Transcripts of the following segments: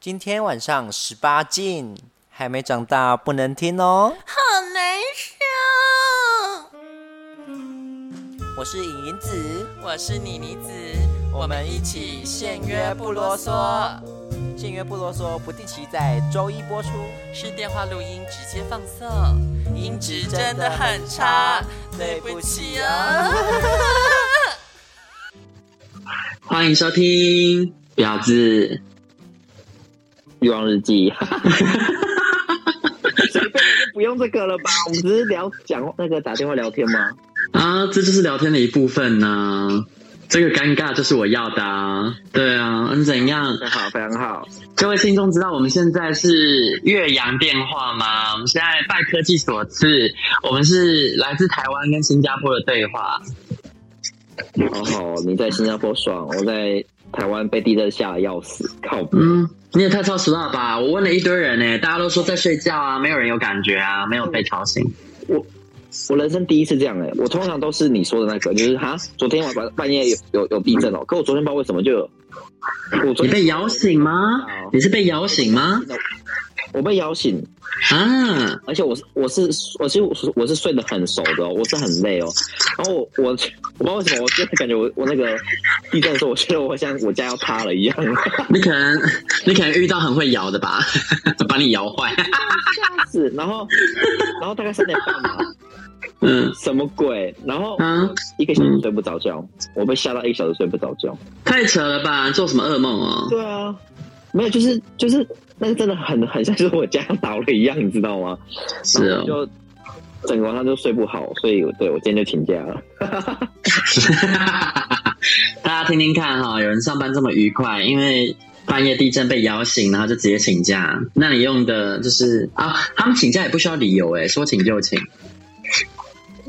今天晚上十八禁，还没长大不能听哦。好难受。我是影影子，我是妮妮子，我们一起限约不啰嗦，限约不啰嗦，不定期在周一播出。是电话录音直接放送，音质真的很差，对不起啊。欢迎收听《婊子欲望日记》 不用这个了吧？我们只是聊讲那个打电话聊天吗？啊，这就是聊天的一部分呢、这个尴尬就是我要的啊，对啊，嗯，怎样？很好，非常好。各位听众知道我们现在是岳阳电话吗？我们现在拜科技所赐，我们是来自台湾跟新加坡的对话。好好，哦你在新加坡爽，我在台湾被地震吓得要死，靠谱！嗯，你也太超时了吧！我问了一堆人呢、大家都说在睡觉啊，没有人有感觉啊，没有被吵醒。我我人生第一次这样哎、我通常都是你说的那个，就是哈，昨天晚半半夜有有有地震哦、可我昨天不知道为什么就有，我昨你天哦被摇醒吗？你是被摇醒吗？我被摇醒，啊，而且我是我是我是我是我是睡得很熟的、哦，我是很累哦、然后我我我不知道为什么，我真的感觉我我那个地震的时候，我觉得我像我家要塌了一样。 你可能你可能遇到很会摇的吧， 把你摇坏。 吓死！然后，然后大概三点半吧，嗯，什么鬼？然后啊一个小时睡不着觉，我被吓到一个小时睡不着觉。太扯了吧，做什么噩梦哦？对啊，没有，就是就是那个真的很很像是我家倒了一样，你知道吗？是然后哦，就整个晚上就睡不好，所以我对我今天就请假了。哦 大家听听看哈、有人上班这么愉快，因为。半夜地震被摇醒，然后就直接请假。那你用的就是啊，他们请假也不需要理由哎，说请就请。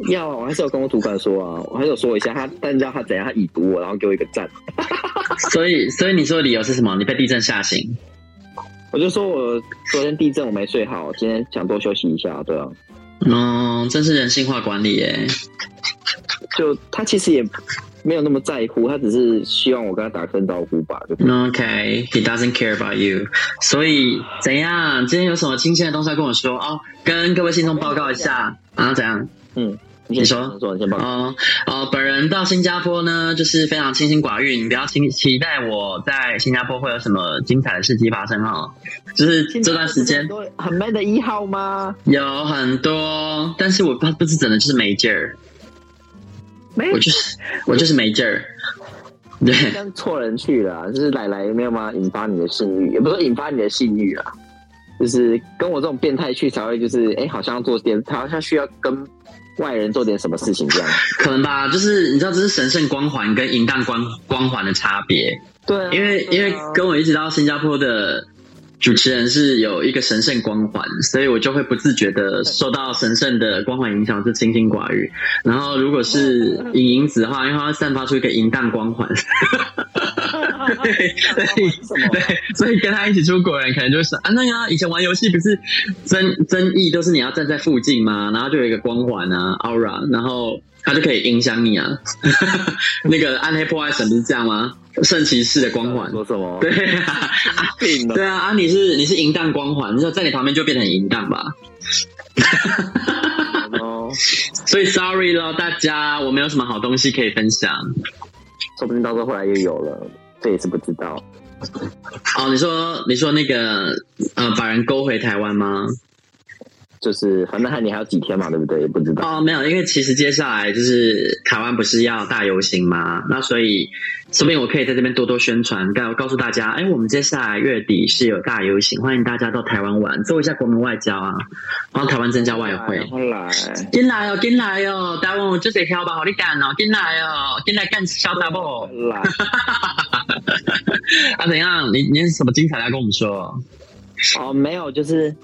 要啊，我还是有跟我主管说啊，我还是有说一下他，但你知道他怎样，他已读我，然后给我一个赞。所以，所以你说的理由是什么？你被地震吓醒？我就说我昨天地震我没睡好，今天想多休息一下，对啊。嗯，真是人性化管理欸耶！就他其实也没有那么在乎，他只是希望我跟他打声招呼吧。就嗯 Okay, he doesn't care about you. 所以怎样？今天有什么新鲜的东西要跟我说哦？跟各位信众报告一下啊？怎样？你说你说，你先报告。哦哦，本人到新加坡呢，就是非常清心寡欲，你不要期期待我在新加坡会有什么精彩的事迹发生哦。就是这段时间很 man 的一号吗？有很多，但是我不不是真的就是没劲儿，没我就是我就是没劲儿。对，跟错人去了啊，就是奶奶没有吗？引发你的性欲，也不是说引发你的性欲啊，就是跟我这种变态去才会，就是哎、好像要做点，他好像需要跟外人做点什么事情这样。可能吧，就是你知道这是神圣光环跟淫荡光光环的差别，对啊，因为因对啊为跟我一直到新加坡的主持人是有一个神圣光环，所以我就会不自觉的受到神圣的光环影响，是清心寡欲。然后如果是影影子的话，因为它会散发出一个淫荡光 环， 对对 是什么对，所以跟他一起出国的人可能就是啊，那个啊以前玩游戏不是争争议都是你要站在附近吗？然后就有一个光环啊，aura，然后他就可以影响你啊。 那个暗黑破坏神不是这样吗？圣骑士的光环，说什么？对 啊，病了对啊，啊你是你是淫荡光环，就在你旁边就变成淫荡吧。哦，所以 sorry 咯，大家，我没有什么好东西可以分享。说不定到时候后来又有了，这也是不知道。哦，你说你说那个呃，把人勾回台湾吗？就是反正还你还有几天嘛，对不对？也不知道。哦，没有，因为其实接下来就是台湾不是要大游行吗？那所以说不定我可以在这边多多宣传，告告诉大家，哎，我们接下来月底是有大游行，欢迎大家到台湾玩，做一下国民外交啊，帮台湾增加外汇。后来哦进来哦，进来哦，台湾我这些跳吧，好你干哦，进来哦，进来干潇洒不？来，啊，怎样？你你有什么精彩的要跟我们说？哦，没有，就是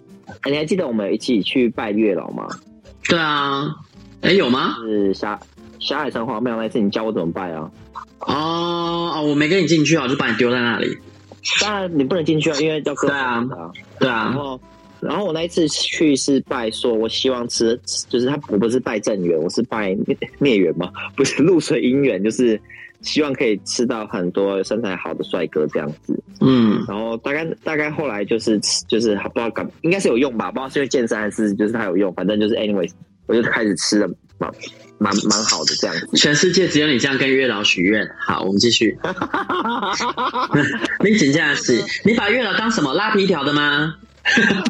哎你还记得我们一起去拜月老吗？对啊，哎，有吗？是霞霞海城隍庙那次，你教我怎么拜啊？哦哦，我没跟你进去啊，我就把你丢在那里。当然你不能进去啊，因为要割对啊喉的啊。对然啊，后，然后我那一次去是拜说，我希望吃，就是他我不是拜正缘，我是拜灭灭缘嘛，不是露水姻缘，就是希望可以吃到很多身材好的帅哥这样子。嗯，然后大概大概后来就是吃就是不知道干，应该是有用吧，不知道是因为健身还是就是它有用，反正就是 anyways，我就开始吃的蛮蛮蛮好的这样 子。全世界只有你这样跟月老许愿。好，我们继续。 你请假是？你把月老当什么拉皮条的吗？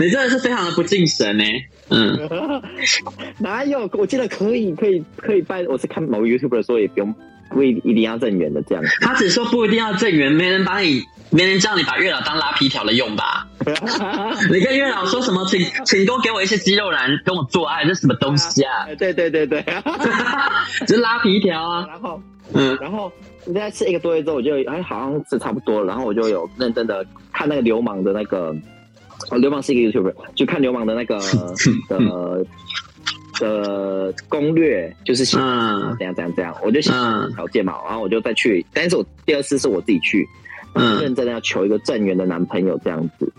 你真的是非常的不敬神呢、嗯，哪有？我记得可以可以可以拜，我是看某个 YouTuber 说也不用不一一定要正缘的 这样子。他只说不一定要正缘，没人把你，没人叫你把月老当拉皮条的用吧？你跟月老说什么？请请多给我一些肌肉男跟我做爱，这什么东西啊？ 对对对对。这是拉皮条啊。然后嗯然后大概吃一个多月之后，我就哎好像是差不多了，然后我就有认真的看那个流氓的那个，哦，流氓是一个 YouTuber，就看流氓的那 个的的攻略，就是想啊嗯怎样怎样怎样，我就想嗯条件嘛，然后我就再去，但是我第二次是我自己去，嗯认真的要求一个正缘的男朋友这样子。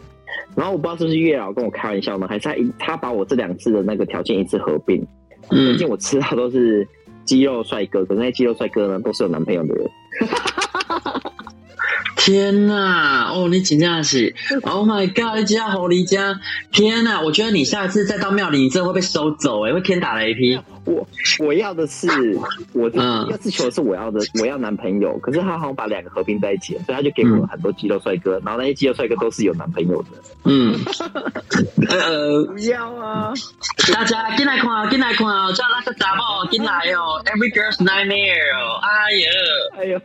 然后我不知道是不是月老跟我开玩笑呢，还是他一他把我这两次的那个条件一次合并，毕嗯，竟我吃到都是肌肉帅哥，可是那些肌肉帅哥呢都是有男朋友的人。天呐，哦，你请假是？Oh 嗯 my god，一家好离家！天啊呐，我觉得你下次再到庙里，你真的会被收走哎、会天打雷劈。我我要的是我嗯要自求的是我要的我要男朋友，可是他好像把两个合并在一起了，所以他就给我很多肌肉帅哥，然后那些肌肉帅哥都是有男朋友的。 嗯，呃呃，不要啊！大家进来看哦，进来看哦，叫拉萨杂报进来哦，Every girl's nightmare 哦，哎呀，哎呦，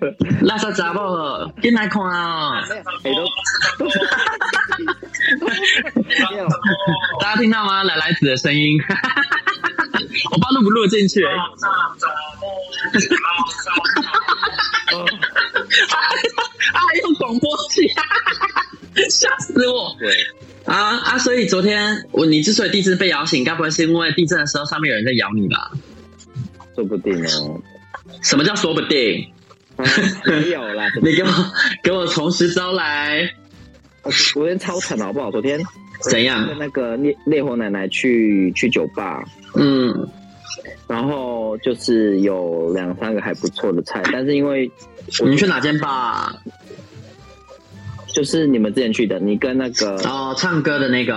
拉萨杂报进来看哦，哎都 没有，大家听到吗？奶奶子的声音， 我不知道录不录得进 去、啊，用广播器， 吓死我！对，啊啊！所以昨天我你之所以地震被摇醒，该不会是因为地震的时候上面有人在咬你吧？说不定哦。什么叫说不定？啊没有 啦，你给我给我从实招来，我昨天超惨的好不好？昨天怎样跟那个烈烈火奶奶去去酒吧，嗯然后就是有两三个还不错的菜，但是因为你们去哪间吧？就是你们之前去的，你跟那个哦，唱歌的那个。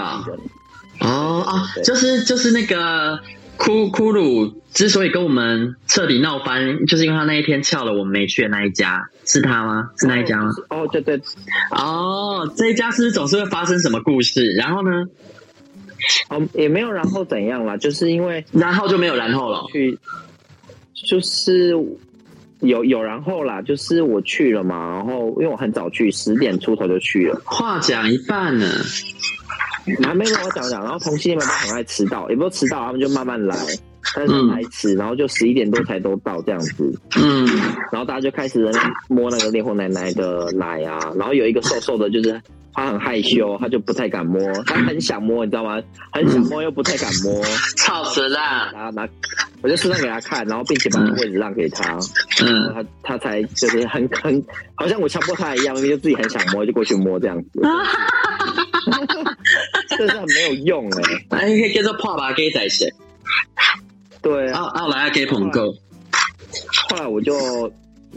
哦啊，就是就是那个库库鲁之所以跟我们彻底闹翻，就是因为他那一天翘了我们没去的那一家，是他吗？是那一家吗？哦，对对，哦，这一家是不是总是会发生什么故事？然后呢？哦也没有然后怎样啦，就是因为然后就没有然后了。去，就是有有然后啦，就是我去了嘛，然后因为我很早去，十点出头就去了，话讲一半呢，还没跟我讲讲，然后同性恋们都很爱迟到，也不是迟到，他们就慢慢来。但是还迟，然后就十一点多才都到这样子，嗯然后大家就开始在那边摸那个烈火奶奶的奶啊，然后有一个瘦瘦的，就是他很害羞，他就不太敢摸，他很想摸，你知道吗？很想摸又不太敢摸，操死啦，然后拿，我就顺便给他看，然后并且把位置让给他，嗯他他才就是很很好像我强迫他一样，因为就自己很想摸就过去摸这样子， 这是很没有用哎、哎，可以叫哦做破吧，给仔些，对奥啊，奥莱给捧够，后来我就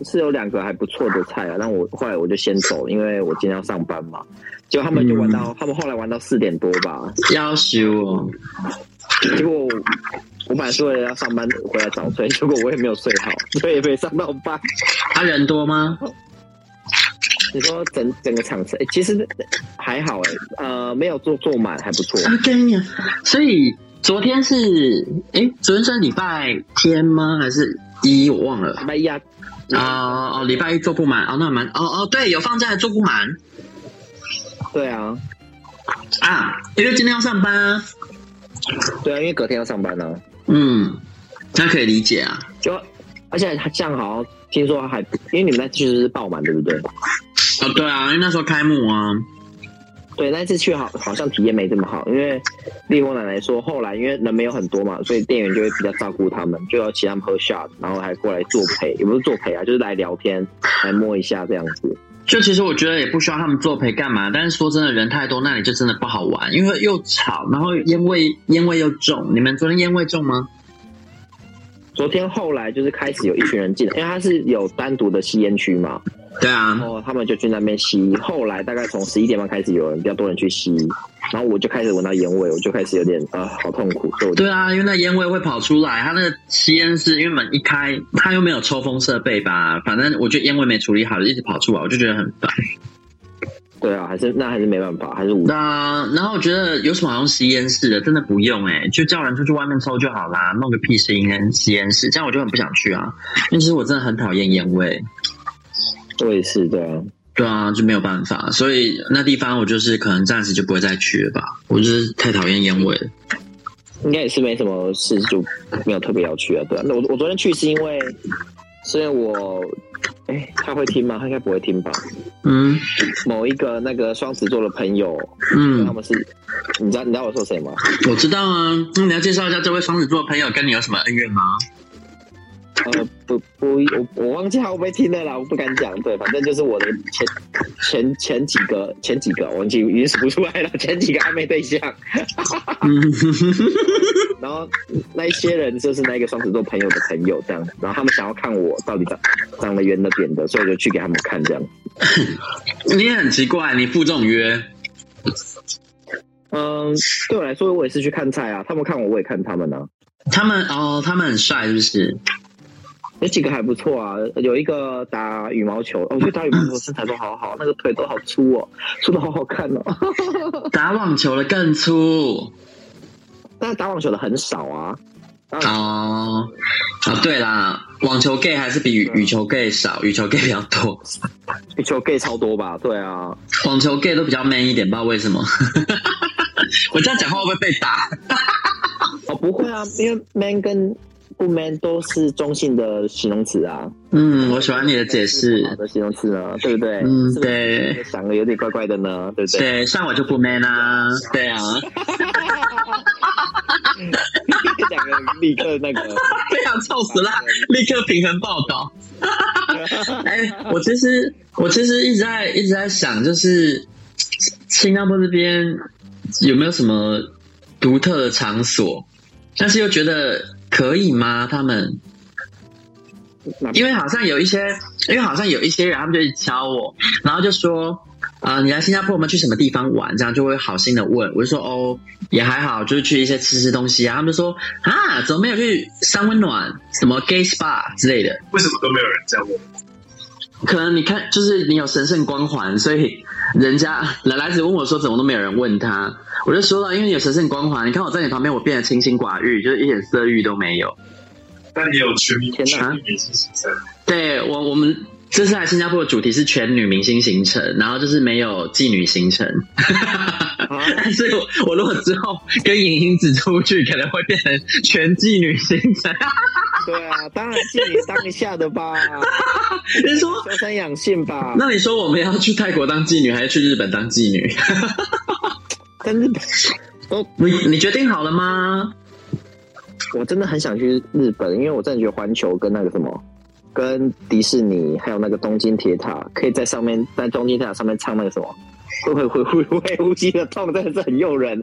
是有两个还不错的菜啊，但我后来我就先走，因为我今天要上班嘛。结果他们就玩到，他们后来玩到四点多吧。要求哦，结果我我本来是为了要上班回来早睡，结果我也没有睡好，所以也没上到班。他啊人多吗？你说整整个场次，欸其实还好哎、呃，没有坐坐满，还不错。啊，跟呀，所以昨天是，哎，昨天是礼拜天吗？还是一？我忘了。礼拜一啊，哦哦，礼拜一做不满哦，那蛮哦哦，对，有放假的做不满对啊，啊，因为今天要上班啊，对啊，因为隔天要上班呢、啊，嗯，那可以理解啊。就而且这样好像听说还，因为你们那次去是爆满，对不对？哦，对啊，因为那时候开幕啊，对，那次去好好像体验没这么好，因为丽红奶奶说后来因为人没有很多嘛，所以店员就会比较照顾他们，就要请他们喝 shot，然后还过来作陪，也不是作陪啊，就是来聊天，来摸一下这样子。就其实我觉得也不需要他们作陪干嘛，但是说真的，人太多，那里就真的不好玩，因为又吵，然后烟味烟味又重。你们昨天烟味重吗？昨天后来就是开始有一群人进来，因为它是有单独的吸烟区嘛，对啊然，后他们就去那边吸。后来大概从十一点半开始，有人比较多人去吸，然后我就开始闻到烟味，我就开始有点啊、好痛苦，所以我就对啊，因为那烟味会跑出来，它那个吸烟室因为门一开，它又没有抽风设备吧，反正我觉得烟味没处理好，一直跑出来，我就觉得很烦。对啊，还是那还是没办法，还是无那然后我觉得有什么好用吸烟室的，真的不用哎、就叫人出去外面抽就好啦，弄个屁吸烟吸烟室，这样我就很不想去啊，因为其实我真的很讨厌烟味。我也是对啊，对啊，就没有办法，所以那地方我就是可能暂时就不会再去了吧，我就是太讨厌烟味了。应该也是没什么事，就没有特别要去啊，对啊。那我我昨天去是因为，是因为我。哎，他会听吗？他应该不会听吧。嗯某一个那个双子座的朋友，他嗯，们是，你知道你知道我说谁吗？我知道啊。那你要介绍一下这位双子座朋友跟你有什么恩怨吗？呃，不不，我我忘记他会不会听的啦，我不敢讲。对，反正就是我的前前前几个前几个，我已经已经数不出来了，前几个暧昧对象。 然后那一些人就是那个双子座朋友的朋友这样，然后他们想要看我到底长长得圆的扁的，所以我就去给他们看这样。你也很奇怪，你赴这种约，嗯，对我来说，我也是去看菜啊，他们看我，我也看他们啊。他们哦，他们很帅是不是？有几个还不错啊，有一个打羽毛球，哦我觉得打羽毛球身材都好好，那个腿都好粗哦，粗的好好看哦。打网球的更粗但打网球的很少啊。哦啊，对啦，网球 gay 还是比羽羽球 gay 少，羽球 gay 比较多，羽球 gay 超多吧？对啊，网球 gay 都比较 man 一点，不知道为什么。 我这样讲话会不会被打？哦不会啊，因为 man 跟不 man 都是中性的形容词啊。嗯，我喜欢你的解好释。的形容词呢，对不对？嗯是不是对想的有点怪怪的呢，对不对？对，像我就不 man 啊，对啊，两个人立刻那个， 对啊，臭死啦！立刻平衡报道。哎、我其实我其实一直在一直在想，就是新加坡这边有没有什么独特的场所，但是又觉得可以吗？他们哪因为好像有一些，因为好像有一些人，他们就一直敲我，然后就说。啊、你来新加坡，我们去什么地方玩？这样就会好心的问，我就说哦，也还好，就是去一些吃吃东西啊。他们就说啊，怎么没有去三温暖、什么 gay spa 之类的？为什么都没有人在问？可能你看，就是你有神圣光环，所以人家 奶奶子问我说，怎么都没有人问他，我就说了，因为你有神圣光环，你看我在你旁边，我变得清心寡欲，就是一点色欲都没有。但你有全民天哪全民明星竞赛，对我，我们这次来新加坡的主题是全女明星行程，然后就是没有妓女行程。 啊但是我我如果之后跟莹莹子出去，可能会变成全妓女行程。 对啊，当然是你当一下的吧， 你说，修身养性吧。那你说我们要去泰国当妓女，还是去日本当妓女？但是 你你决定好了吗？我真的很想去日本，因为我真的觉得环球跟那个什么，跟迪士尼，还有那个东京铁塔，可以在上面，在东京铁塔上面唱那个什么，会会会会会呼吸的痛，真的是很诱人。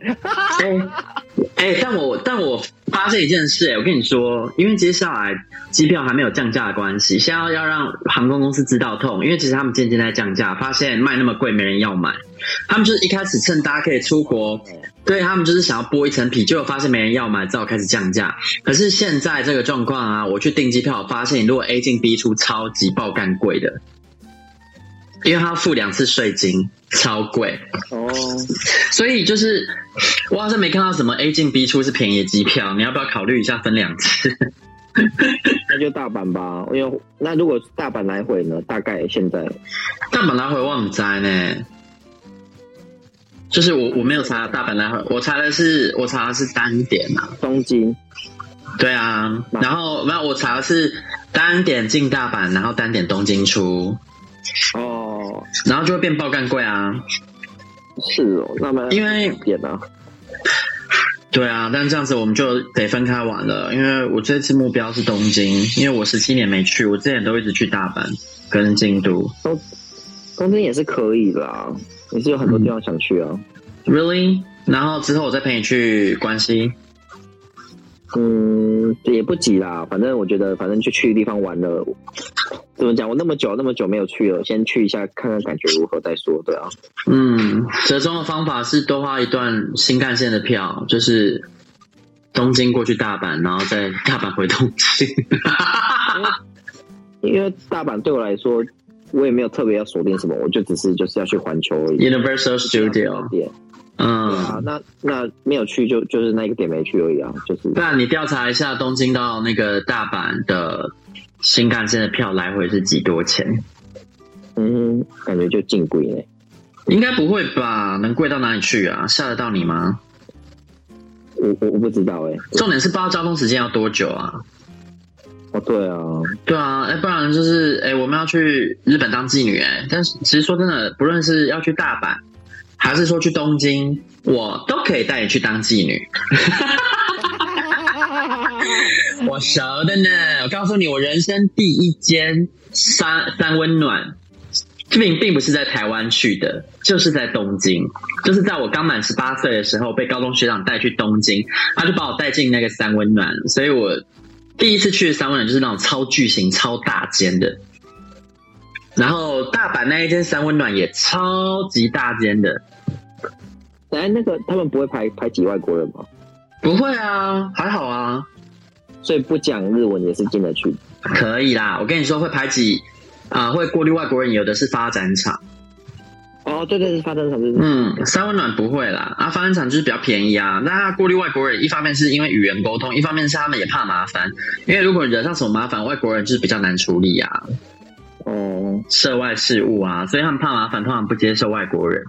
哎、但我但我发现一件事、哎，我跟你说，因为接下来机票还没有降价的关系，现在要让航空公司知道痛，因为其实他们渐渐在降价，发现卖那么贵没人要买，他们就是一开始趁大家可以出国，对他们就是想要剥一层皮，结果发现没人要买，只好开始降价。可是现在这个状况啊，我去订机票，我发现如果 A 进 B 出，超级爆干贵的，因为他要付两次税金，超贵。哦，所以就是我好像没看到什么 A 进 B 出是便宜的机票，你要不要考虑一下分两次？ 那就大阪吧，因为那如果大阪来回呢，大概现在大阪来回我很摘呢，就是我我没有查大阪来回，我查的是我查的是单点啊，东京对啊，然后没有我查的是单点进大阪，然后单点东京出，哦，然后就会变爆干贵啊，是哦，那么因为点啊呢、对啊，但这样子我们就得分开玩了，因为我这次目标是东京，因为我十七年没去，我之前都一直去大阪跟京都东京也是可以啦，也是有很多地方想去啊。 ，really。然后之后我再陪你去关西，嗯，也不急啦，反正我觉得，反正就去地方玩了。怎么讲？我那么久那么久没有去了，先去一下看看感觉如何再说。对啊，嗯，折中的方法是多花一段新干线的票，就是东京过去大阪，然后再大阪回东京。因为大阪对我来说，我也没有特别要锁定什么，我就只是就是要去环球而已。 Universal 那 Studio，点啊嗯，，那那没有去就就是那个点没去而已啊，就是不然你调查一下东京到那个大阪的新干线的票来回是几多钱？嗯，感觉就近贵呢。应该不会吧？能贵到哪里去啊？吓得到你吗？我我我不知道哎、重点是不知道交通时间要多久啊？哦对啊，对啊，哎，不然就是哎，我们要去日本当妓女哎，但是其实说真的，不论是要去大阪，还是说去东京，我都可以带你去当妓女。 我熟的呢，我告诉你，我人生第一间三三温暖，并并不是在台湾去的，就是在东京，就是在我刚满十八岁的时候，被高中学长带去东京，他就把我带进那个三温暖，所以我第一次去的三温暖就是那种超巨型、超大间的。然后大阪那一间三温暖也超级大间的，哎那个他们不会排排挤外国人吗？不会啊，还好啊，所以不讲日文也是进得去。可以啦。我跟你说，会排挤啊、会过滤外国人，有的是发展场。哦，对对对，发展场就是嗯，三温暖不会啦，啊，发展场就是比较便宜啊。那过滤外国人，一方面是因为语言沟通，一方面是他们也怕麻烦，因为如果惹上什么麻烦，外国人就是比较难处理啊。哦，涉外事务啊，所以他们怕麻烦，通常不接受外国人。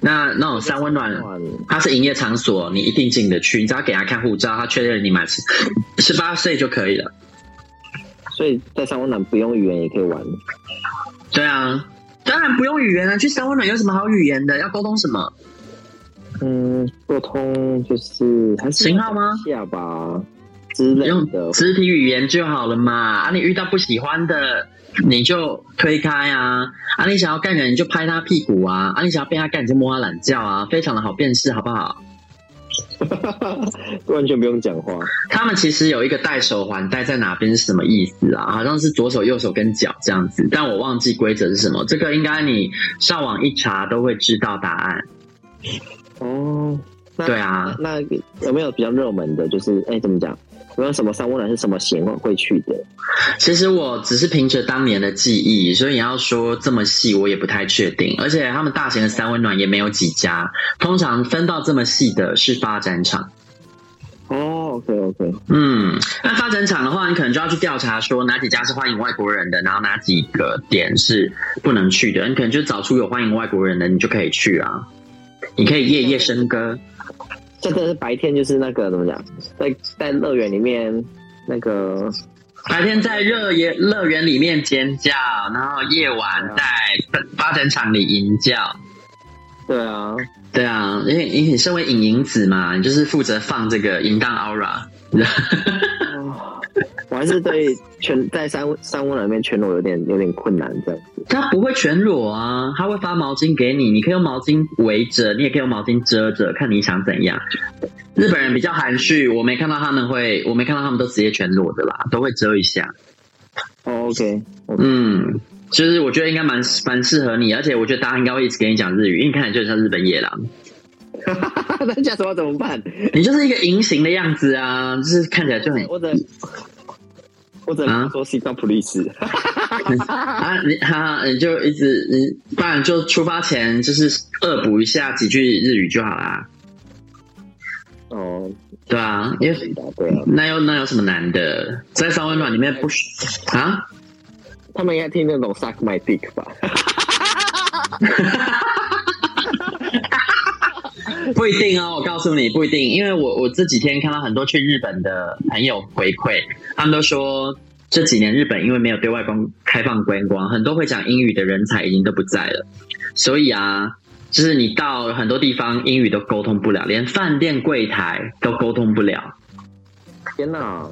那那种三温暖，它是营业场所，你一定进得去，你只要给他看护照，他确认你满十十八岁就可以了。所以在三温暖不用语言也可以玩。对啊，当然不用语言啊，去三温暖有什么好语言的？要沟通什么？嗯，沟通就是还是型号吗下吧之类用的，肢体语言就好了嘛。啊，你遇到不喜欢的，你就推开啊。啊，你想要干人，你就拍他屁股啊。啊，你想要被他干，你就摸他懒觉啊，非常的好辨识，好不好？ 完全不用讲话。他们其实有一个戴手环戴在哪边是什么意思啊？好像是左手、右手跟脚这样子，但我忘记规则是什么。这个应该你上网一查都会知道答案。哦，那对啊，那有没有比较热门的？就是哎，怎么讲？有没有什么三温暖是什么型会会去的？其实我只是凭着当年的记忆，所以你要说这么细，我也不太确定。而且他们大型的三温暖也没有几家，通常分到这么细的是发展场。哦，OK OK，嗯，那发展场的话，你可能就要去调查说哪几家是欢迎外国人的，然后哪几个点是不能去的。你可能就找出有欢迎外国人的，你就可以去啊。你可以夜夜笙歌，这个是白天就是那个怎么讲，在在乐园里面那个白天在热野乐园里面尖叫，然后夜晚在发展场里吟叫。对 啊，对啊，因为因为你身为影影子嘛，你就是负责放这个淫荡 aura。哦我还是对全在三三温暖里面全裸有点有点困难这样子。它不会全裸啊，它会发毛巾给你，你可以用毛巾围着，你也可以用毛巾遮着，看你想怎样。日本人比较含蓄，我没看到他们会，我没看到他们都直接全裸的啦，都会遮一下。哦，OK，嗯，就是我觉得应该蛮蛮适合你，而且我觉得大家应该会一直跟你讲日语，因为你看起来就很像日本野狼， 那这样子我怎么办？你就是一个银形的样子啊，就是看起来就很哎我只能我只能说是一张 police。啊，你他你就一直你，不然就出发前就是恶补一下几句日语就好啦。 哦，对啊，因为对啊，那又那有什么难的？在三温暖里面不需啊？他们应该听那种 suck my dick 吧？ 不一定哦，我告诉你不一定，因为我我这几天看到很多去日本的朋友回馈，他们都说这几年日本因为没有对外公开放观光，很多会讲英语的人才已经都不在了，所以啊，就是你到很多地方英语都沟通不了，连饭店柜台都沟通不了。天哪！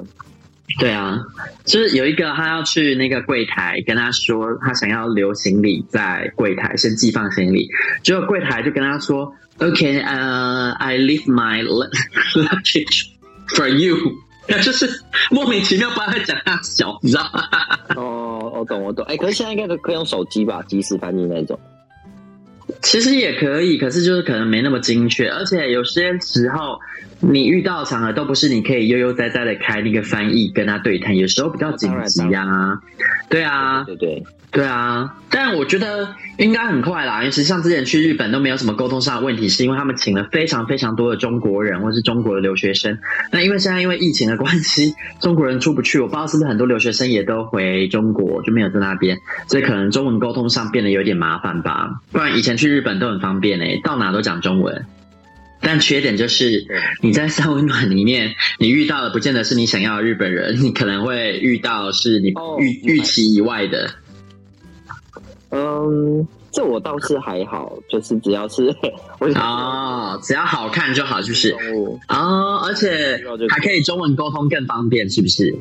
对啊，就是有一个他要去那个柜台，跟他说他想要留行李在柜台，先寄放行李。结果柜台就跟他说：“OK，呃、i leave my luggage for you。” 就是莫名其妙帮他讲大小，你知道吗？哦，我懂我懂。哎、可是现在应该都可以用手机吧，即时翻译那种。其实也可以，可是就是可能没那么精确，而且有些时候你遇到的场合都不是你可以悠悠哉哉的开那个翻译跟他对谈，有时候比较紧急当然啊，对啊，对对对，对啊，但我觉得应该很快啦。尤其像之前去日本都没有什么沟通上的问题，是因为他们请了非常非常多的中国人或是中国的留学生。那因为现在因为疫情的关系，中国人出不去，我不知道是不是很多留学生也都回中国，就没有在那边，所以可能中文沟通上变得有点麻烦吧。不然以前去日本都很方便诶、到哪都讲中文。但缺点就是对你在三温暖里面，你遇到的不见得是你想要的日本人，你可能会遇到是你哦预预期以外的。嗯，这我倒是还好，就是只要是 我想哦，只要好看就好，是不是？动物，哦，而哎且还可以中文沟通更方便，是不是？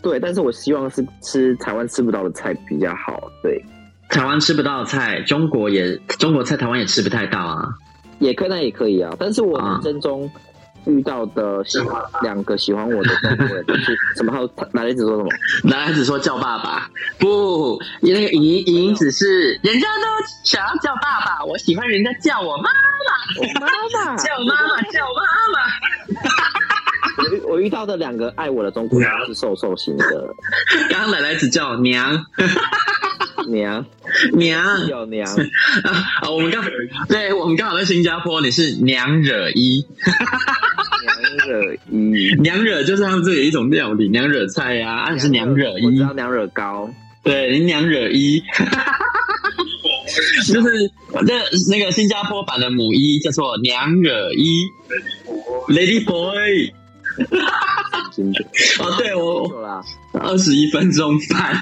对，但是我希望是吃台湾吃不到的菜比较好。对，台湾吃不到菜，中国也中国菜，台湾也吃不太到啊。也可以，那也可以啊。但是我啊人生中遇到的喜欢两个喜欢我的中国人，就是什么？还有哪里只说什么？男孩子说叫爸爸，不，那个莹莹只是人家都想要叫爸爸，我喜欢人家叫我妈，我妈妈，叫妈妈，叫妈妈。我遇我遇到的两个爱我的中国人都是瘦瘦型的刚刚奶奶只叫我娘娘，娘 有娘，啊，我们刚对我们刚好在新加坡，你是娘惹一。娘惹一，娘惹就是他们这里有一种料理，娘惹菜呀、啊，你是娘惹我知一，道娘惹糕，对，你娘惹一， 就是那那个新加坡版的母一叫做娘惹一我，Lady Boy。真的哦，对我错啦。二十一分钟半，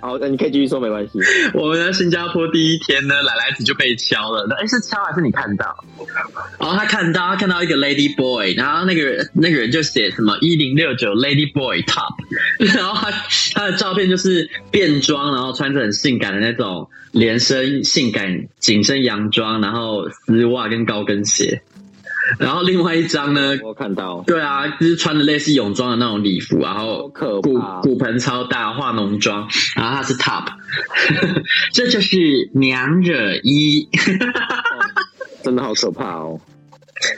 好，那你可以继续说，没关系。我们在新加坡第一天呢，奶奶子就被敲了，哎，是敲还是你看到？我看吧，然哦后他看到他看到一个 Lady Boy，然后那个人那个人就写什么一零六九 Lady Boy Top，然后 他他的照片就是变装，然后穿着很性感的那种连身性感紧身洋装，然后丝袜跟高跟鞋。然后另外一张呢，我看到，对啊，就是穿的类似泳装的那种礼服，然后好可骨怕，哦骨盆超大，化浓妆，然后他是 top，这就是娘惹一。真的好可怕哦。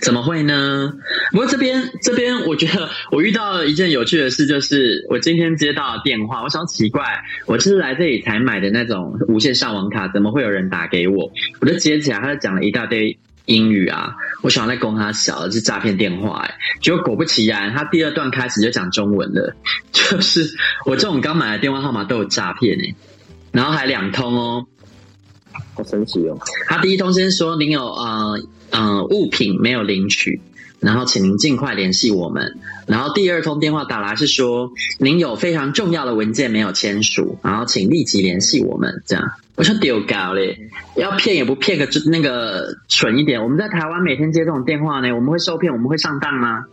怎么会呢？不过这边这边，我觉得 我遇到一件有趣的事，就是我今天接到电话，我想奇怪，我就是来这里才买的那种无线上网卡，怎么会有人打给我？我就接起来，他就讲了一大堆英语啊，我想在攻他小的是诈骗电话、欸，结果果不其然，他第二段开始就讲中文了， 就是我这种刚买的电话号码都有诈骗哎、然后还两通哦，好神奇哦！他第一通先说您有呃呃物品没有领取，然后请您尽快联系我们。然后第二通电话打来是说您有非常重要的文件没有签署，然后请立即联系我们。这样，我说丢搞嘞，要骗也不骗个就那个蠢一点。我们在台湾每天接这种电话呢，我们会受骗，我们会上当吗？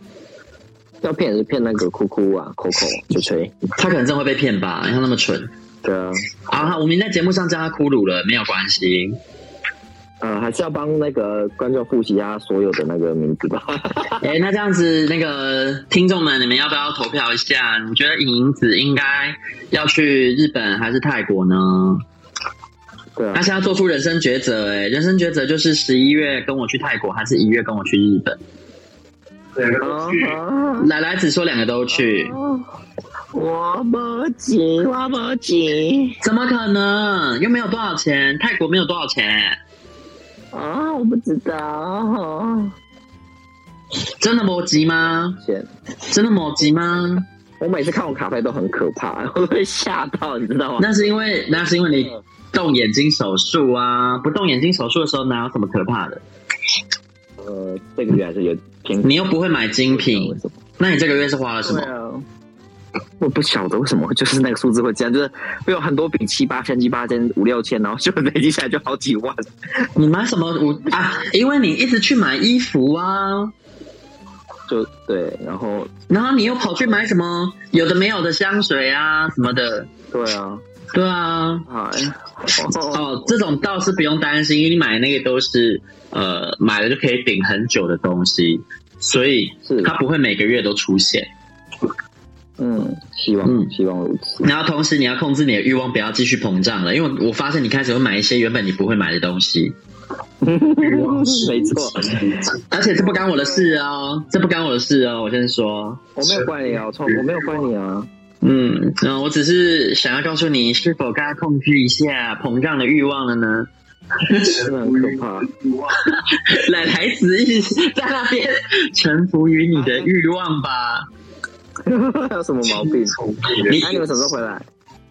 要骗也是骗那个酷酷啊、Coco、吹吹，他可能真的会被骗吧，像那么蠢。对啊，啊，我们在节目上叫他俘虏了，没有关系。呃，还是要帮那个观众复习一下所有的那个名字吧。 哎、那这样子，那个听众们，你们要不要投票一下？你觉得影影子应该要去日本还是泰国呢？对他啊，现在做出人生抉择，哎，人生抉择就是十一月跟我去泰国，还是一月跟我去日本？两个哦都去，奶奶只说两个都去，我不急，我不急怎么可能？又没有多少钱，泰国没有多少钱，啊，我不知哦道。真的摩吉吗？天，真的摩吉吗？哦我每次看我卡牌都很可怕，我会吓到，你知道吗？那是因为那是因为你动眼睛手术啊，不动眼睛手术的时候哪有什么可怕的？呃，这个月还是有偏你又不会买精品，那你这个月是花了什么对？啊，我不晓得为什么，就是那个数字会这样，就是会有很多笔七八千、七八千、五六千，然后就累积起来就好几万。你买什么？我啊，因为你一直去买衣服啊，就对，然后然后你又跑去买什么有的没有的香水啊什么的，对啊，对啊。哎，哦，这种倒是不用担心，因为你买的那个都是呃买了就可以顶很久的东西。所以是它不会每个月都出现。嗯，希望、嗯希望如此。 然后同时你要控制你的欲望，不要继续膨胀了，因为我我发现你开始会买一些原本你不会买的东西，没 错，而且这不干我的事哦，这不干我的事哦，我先说，我没有怪你啊，我从我没有怪你啊。嗯嗯，我只是想要告诉你，是否该控制一下膨胀的欲望了呢？ 真的很可怕。 奶奶子一直在那边臣服于你的欲望吧。有什么毛病？哎你那、你们什么时候回来？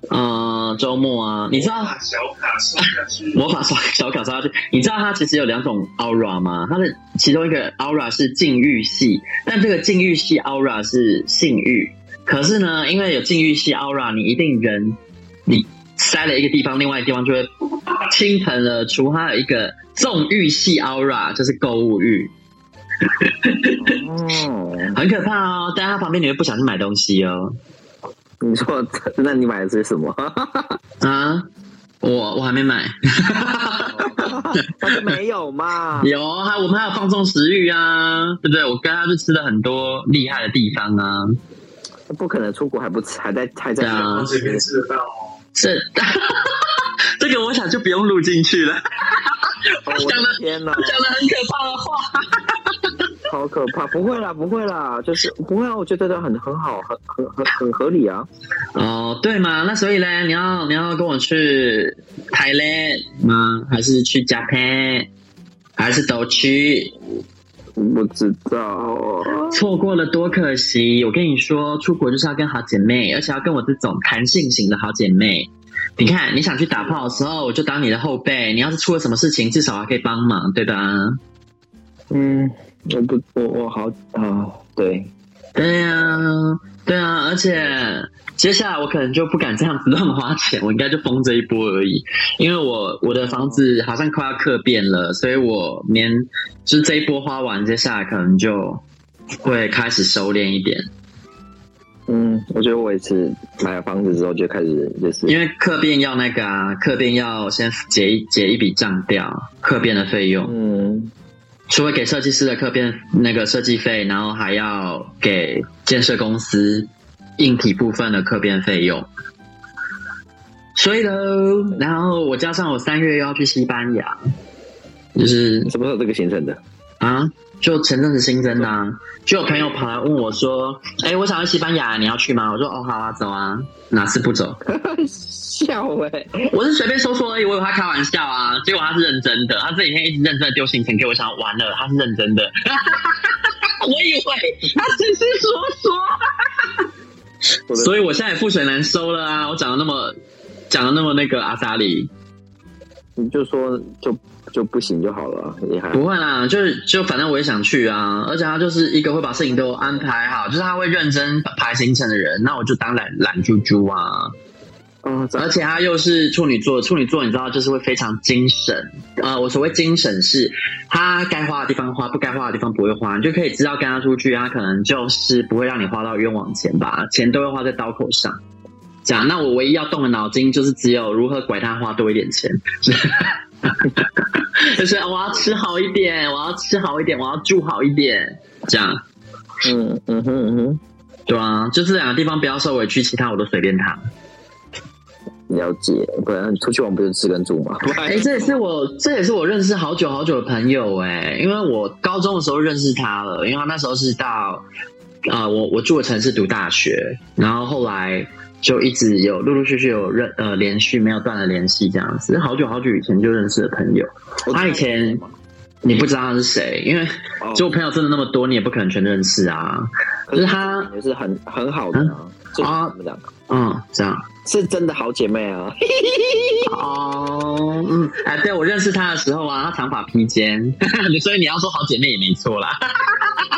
呃，周末啊，你知道把小卡送下去，魔法刷小卡刷下去，你知道它其实有两种 aura 吗？它的其中一个 aura 是禁欲系，但这个禁欲系 aura 是性欲。可是呢，因为有禁欲系 aura，你一定人你塞了一个地方，另外一个地方就会倾盆而出。它有一个纵欲系 aura，就是购物欲，哦，很可怕哦。但它旁边你会不小心买东西哦。你说，那你买的是什么？ 啊，我我还没买。他说没有嘛。有，还我们还有放纵食欲啊，对不对？我跟他去吃了很多厉害的地方啊，不可能出国还不吃，还在还在对啊这边吃得到，这 这个我想就不用录进去了， 哦我讲了的天哪， 讲了很可怕的话。好可怕！不会啦，不会啦，就是不会啊。我觉得很很好，很很很很合理啊。哦，对嘛，那所以嘞，你要你要跟我去 Thailand 吗？还是去 Japan？还是都去？我知道，错过了多可惜！我跟你说，出国就是要跟好姐妹，而且要跟我这种弹性型的好姐妹。你看，你想去打炮的时候，我就当你的后背；你要是出了什么事情，至少还可以帮忙，对吧？嗯，我不，我我好啊，对，对呀、对啊，而且接下来我可能就不敢这样子乱花钱，我应该就疯这一波而已。因为我我的房子好像快要客变了，所以我连就是这一波花完，接下来可能就会开始收敛一点。嗯，我觉得我也是买了房子之后就开始就是因为客变要那个啊，客变要先结一结一笔账掉客变的费用，嗯，除了给设计师的客变那个设计费，然后还要给建设公司硬体部分的客变费用。所以呢，然后我加上我三月又要去西班牙，就是什么时候这个行程的？啊，就前阵子新增的、啊，就有朋友跑来问我说：“哎、我想去西班牙，你要去吗？”我说：“哦，好啊，走啊，哪次不走？”笑哎、我是随便说说而已，我以为他开玩笑啊，结果他是认真的。他这几天一直认真的丢行程给我，想完了，他是认真的。 我以为他只是说说，所以我现在也覆水难收了啊！我讲的那么讲的那么那个阿萨里，你就说就就不行就好了，也还好不会啦，就是就反正我也想去啊，而且他就是一个会把事情都安排好，就是他会认真排行程的人，那我就当懒懒猪猪啊。啊，这而且他又是处女座，处女座你知道就是会非常精神。呃，我所谓精神是，他该花的地方花，不该花的地方不会花，你就可以知道跟他出去，他可能就是不会让你花到冤枉钱吧，钱都会花在刀口上。这样，那我唯一要动的脑筋就是只有如何拐他花多一点钱， 就是我要吃好一点，我要吃好一点，我要住好一点，这样嗯嗯哼嗯对啊，就这两个地方不要受委屈，其他我都随便他。哼，了解。不然你出去玩不就吃跟住吗？哎、这也是我，这也是我认识好久好久的朋友哎、因为我高中的时候认识他了，因为他那时候是到啊、呃我我住的城市读大学，然后后来就一直有陆陆续续有认呃连续没有断的联系这样子，好久好久以前就认识的朋友。 他以前你不知道他是谁，因为哦就我朋友真的那么多，你也不可能全认识啊。可就是他也是很很好的啊，这啊怎么讲？嗯，这样。是真的好姐妹啊！ 哦，嗯，哎，对我认识她的时候啊，她长发披肩， 所以你要说好姐妹也没错啦。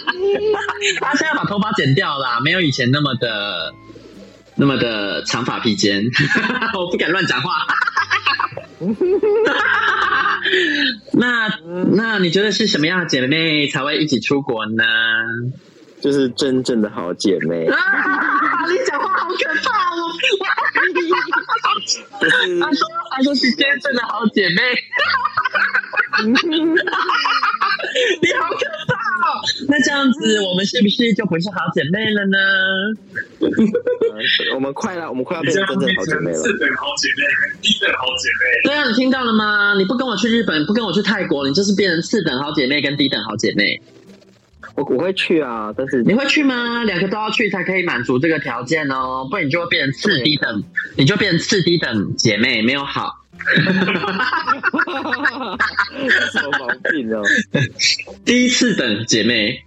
她现在把头发剪掉啦，没有以前那么的那么的长发披肩， 我不敢乱讲话。 那那你觉得是什么样的姐妹才会一起出国呢？就是真正的好姐妹， 啊，你讲话好可怕哦！就是她说她说是真正的好姐妹。你好可怕、哦！那这样子，我们是不是就不是好姐妹了呢？呃我们快了，我们快要变成真正好姐妹了。四等好姐妹还是一等好姐妹？对啊，你听到了吗？你不跟我去日本，不跟我去泰国，你就是变成次等好姐妹跟低等好姐妹。我我会去啊，但是你会去吗？两个都要去才可以满足这个条件哦，不然你就会变成次低等，你就变成次低等姐妹，没有好。 什么毛病哦？第一次等姐妹，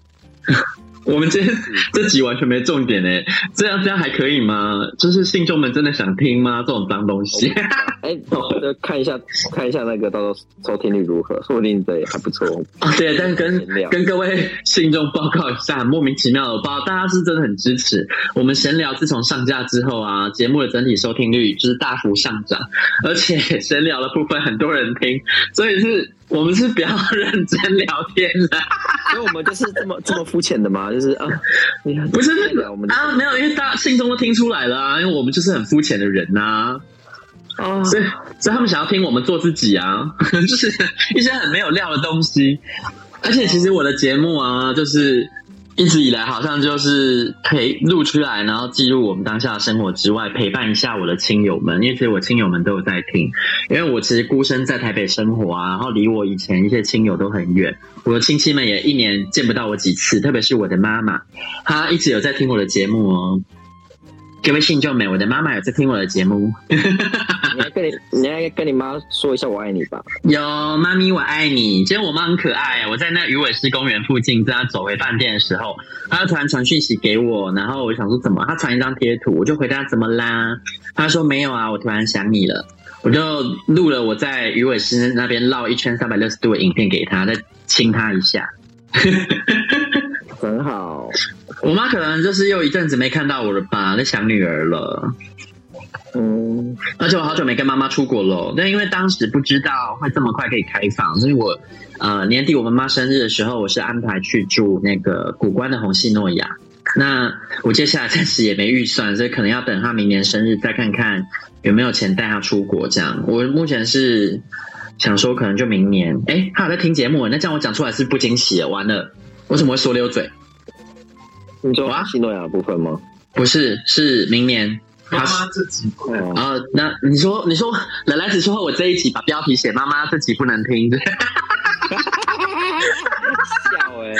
我们今天嗯这集完全没重点哎，这样这样还可以吗？就是信众们真的想听吗？这种脏东西， 哎，就看一下看一下那个到时候收听率如何，说不定这也还不错。哦对，但是跟 闲聊跟各位信众报告一下，莫名其妙的，我不知道大家是真的很支持我们闲聊。自从上架之后啊，节目的整体收听率就是大幅上涨，而且闲聊的部分很多人听，所以是我们是比较认真聊天的。所以我们就是这么这么肤浅的嘛，就是啊，你看不是那那个个我们啊，没有，因为大家信中都听出来了啊，因为我们就是很肤浅的人呐、啊，所以所以他们想要听我们做自己啊， 就是一些很没有料的东西。而且其实我的节目啊，就是一直以来好像就是陪录出来，然后记录我们当下的生活之外，陪伴一下我的亲友们，因为其实我亲友们都有在听，因为我其实孤身在台北生活啊，然后离我以前一些亲友都很远，我的亲戚们也一年见不到我几次，特别是我的妈妈，她一直有在听我的节目哦。各位信众们，我的妈妈有在听我的节目，你要跟啊你你要跟你妈说一下我爱你吧。有妈咪，我爱你。今天我妈很可爱，我在那鱼尾狮公园附近，在她走回饭店的时候，她突然传讯息给我，然后我想说怎么？她传一张贴图，我就回她怎么啦？她说没有啊，我突然想你了。我就录了我在鱼尾狮那边绕一圈三百六十度的影片给她，再亲她一下。很好，我妈可能就是又一阵子没看到我了吧，在想女儿了。嗯，而且我好久没跟妈妈出国了，哦但因为当时不知道会这么快可以开放，所以我呃年底我妈妈生日的时候，我是安排去住那个古关的红系诺亚。那我接下来暂时也没预算，所以可能要等她明年生日再看看有没有钱带她出国。这样，我目前是想说可能就明年。哎，她有在听节目，那这样我讲出来是不惊喜的，完了，我怎么会说溜嘴？你说哇西诺亚的部分吗？不是，是明年。妈她妈这几部哦，啊、那你说，你说，奶奶只说我这一集把标题写“妈妈”，这集不能 听。笑哎、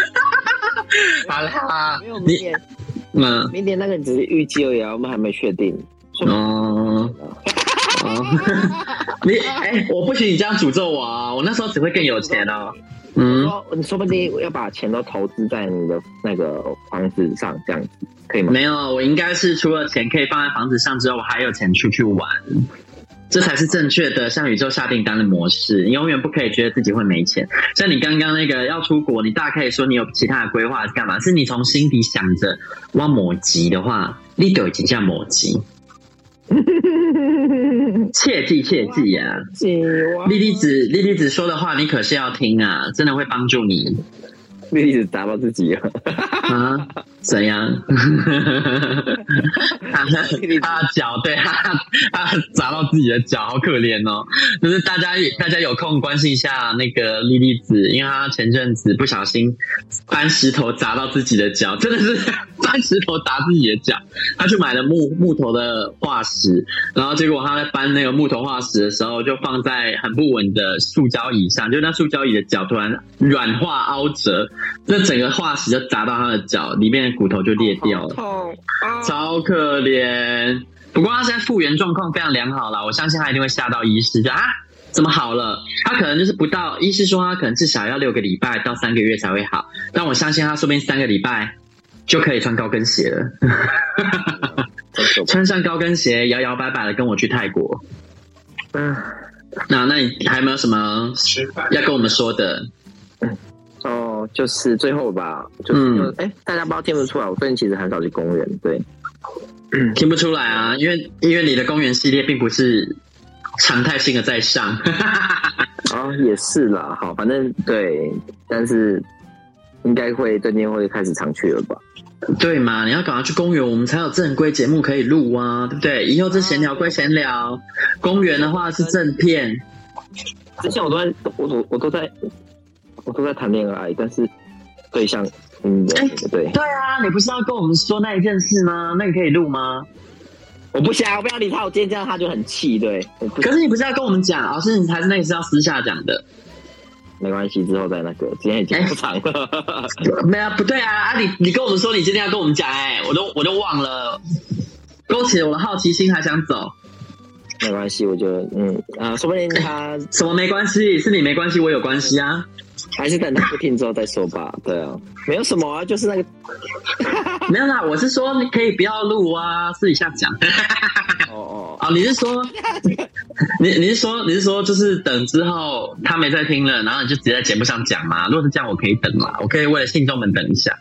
好啦没有明你年，嗯，明年那个只是预计而已啊，我们还没确定。哦，哦， 你哎、我不许你这样诅咒我啊！我那时候只会更有钱哦。嗯，说你说不定要把钱都投资在你的那个房子上，这样子可以吗？没有，我应该是除了钱可以放在房子上之后，我还有钱出去玩，这才是正确的向宇宙下订单的模式。你永远不可以觉得自己会没钱。像你刚刚那个要出国，你大可以说你有其他的规划是干嘛？是你从心底想着挖抹吉的话，你就已经叫抹吉。切记切记呀、希望莉莉子，莉莉子说的话，你可是要听啊，真的会帮助你你一直砸到自己了。啊！怎样？他脚对他他砸到自己的脚，好可怜哦。就是大家大家有空关心一下那个莉莉子，因为她前阵子不小心搬石头砸到自己的脚，真的是 搬石头砸自己的脚。她去买了木木头的化石，然后结果她在搬那个木头化石的时候，就放在很不稳的塑胶椅上，就那塑胶椅的脚突然软化凹折，那整个化石就砸到她的脚，里面的骨头就裂掉了。痛啊！超可怜。不过他现在复原状况非常良好啦，我相信他一定会吓到医师，就啊怎么好了？他可能就是不到，医师说他可能至少要六个礼拜到三个月才会好，但我相信他说不定三个礼拜就可以穿高跟鞋了，嗯真受不了穿上高跟鞋摇摇摆摆的跟我去泰国。唉那那你还有没有什么吃饭要跟我们说的？哦，就是最后吧，就是嗯哎、大家不知道听不出来，我最近其实很少去公园。对，听不出来啊，因为因为你的公园系列并不是常态性的在上。哦，也是啦，好，反正对，但是应该会最近会开始常去了吧？对嘛？你要赶快去公园，我们才有正规节目可以录啊，对不对？以后这闲聊归闲聊，公园的话是正片。之前我都在，我我我都在，我都在谈恋爱，但是对象嗯，哎对，对啊，你不是要跟我们说那一件事吗？那你可以录吗？我不想，我不要理他，我今天这样他就很气，对，我不可是你不是要跟我们讲，老师，你还是那个是要私下讲的。没关系，之后再那个，今天已经不长了，没有、啊，不对啊！啊，你你跟我们说你今天要跟我们讲，哎，我都我都忘了，勾起了我的好奇心，还想走。 没关系，我就嗯啊，说不定他什么没关系，是你没关系，我有关系啊。还是等他不听之后再说吧，对啊，没有什么啊，就是那个没有啦，我是说你可以不要录啊，私底下讲。哦哦，哦，你是 说，你你是说你是说就是等之后他没在听了，然后你就直接在节目上讲吗？如果是这样，我可以等嘛，我可以为了信众们等一下。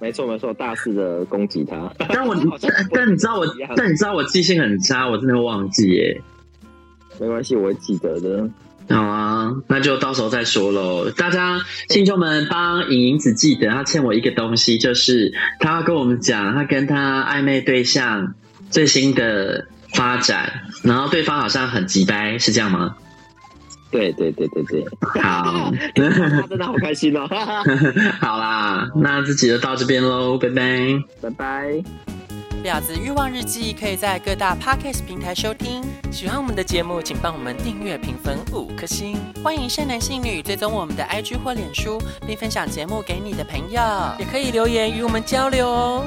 没错没错，大肆的攻击他，但我好像不但你知道我一样但你知道我记性很差，我真的会忘记耶。没关系，我会记得的，好啊，那就到时候再说喽。大家信众们帮莹莹子记得，她欠我一个东西，就是她要跟我们讲她跟她暧昧对象最新的发展，然后对方好像很急掰，是这样吗？对对对对 对，好，他真的好开心哦， 好啦，那这集就到这边喽，拜拜。拜拜。婊子欲望日记可以在各大 podcast 平台收听。喜欢我们的节目，请帮我们订阅、评分五颗星。欢迎善男信女追踪我们的 IG 或脸书，并分享节目给你的朋友，也可以留言与我们交流哦。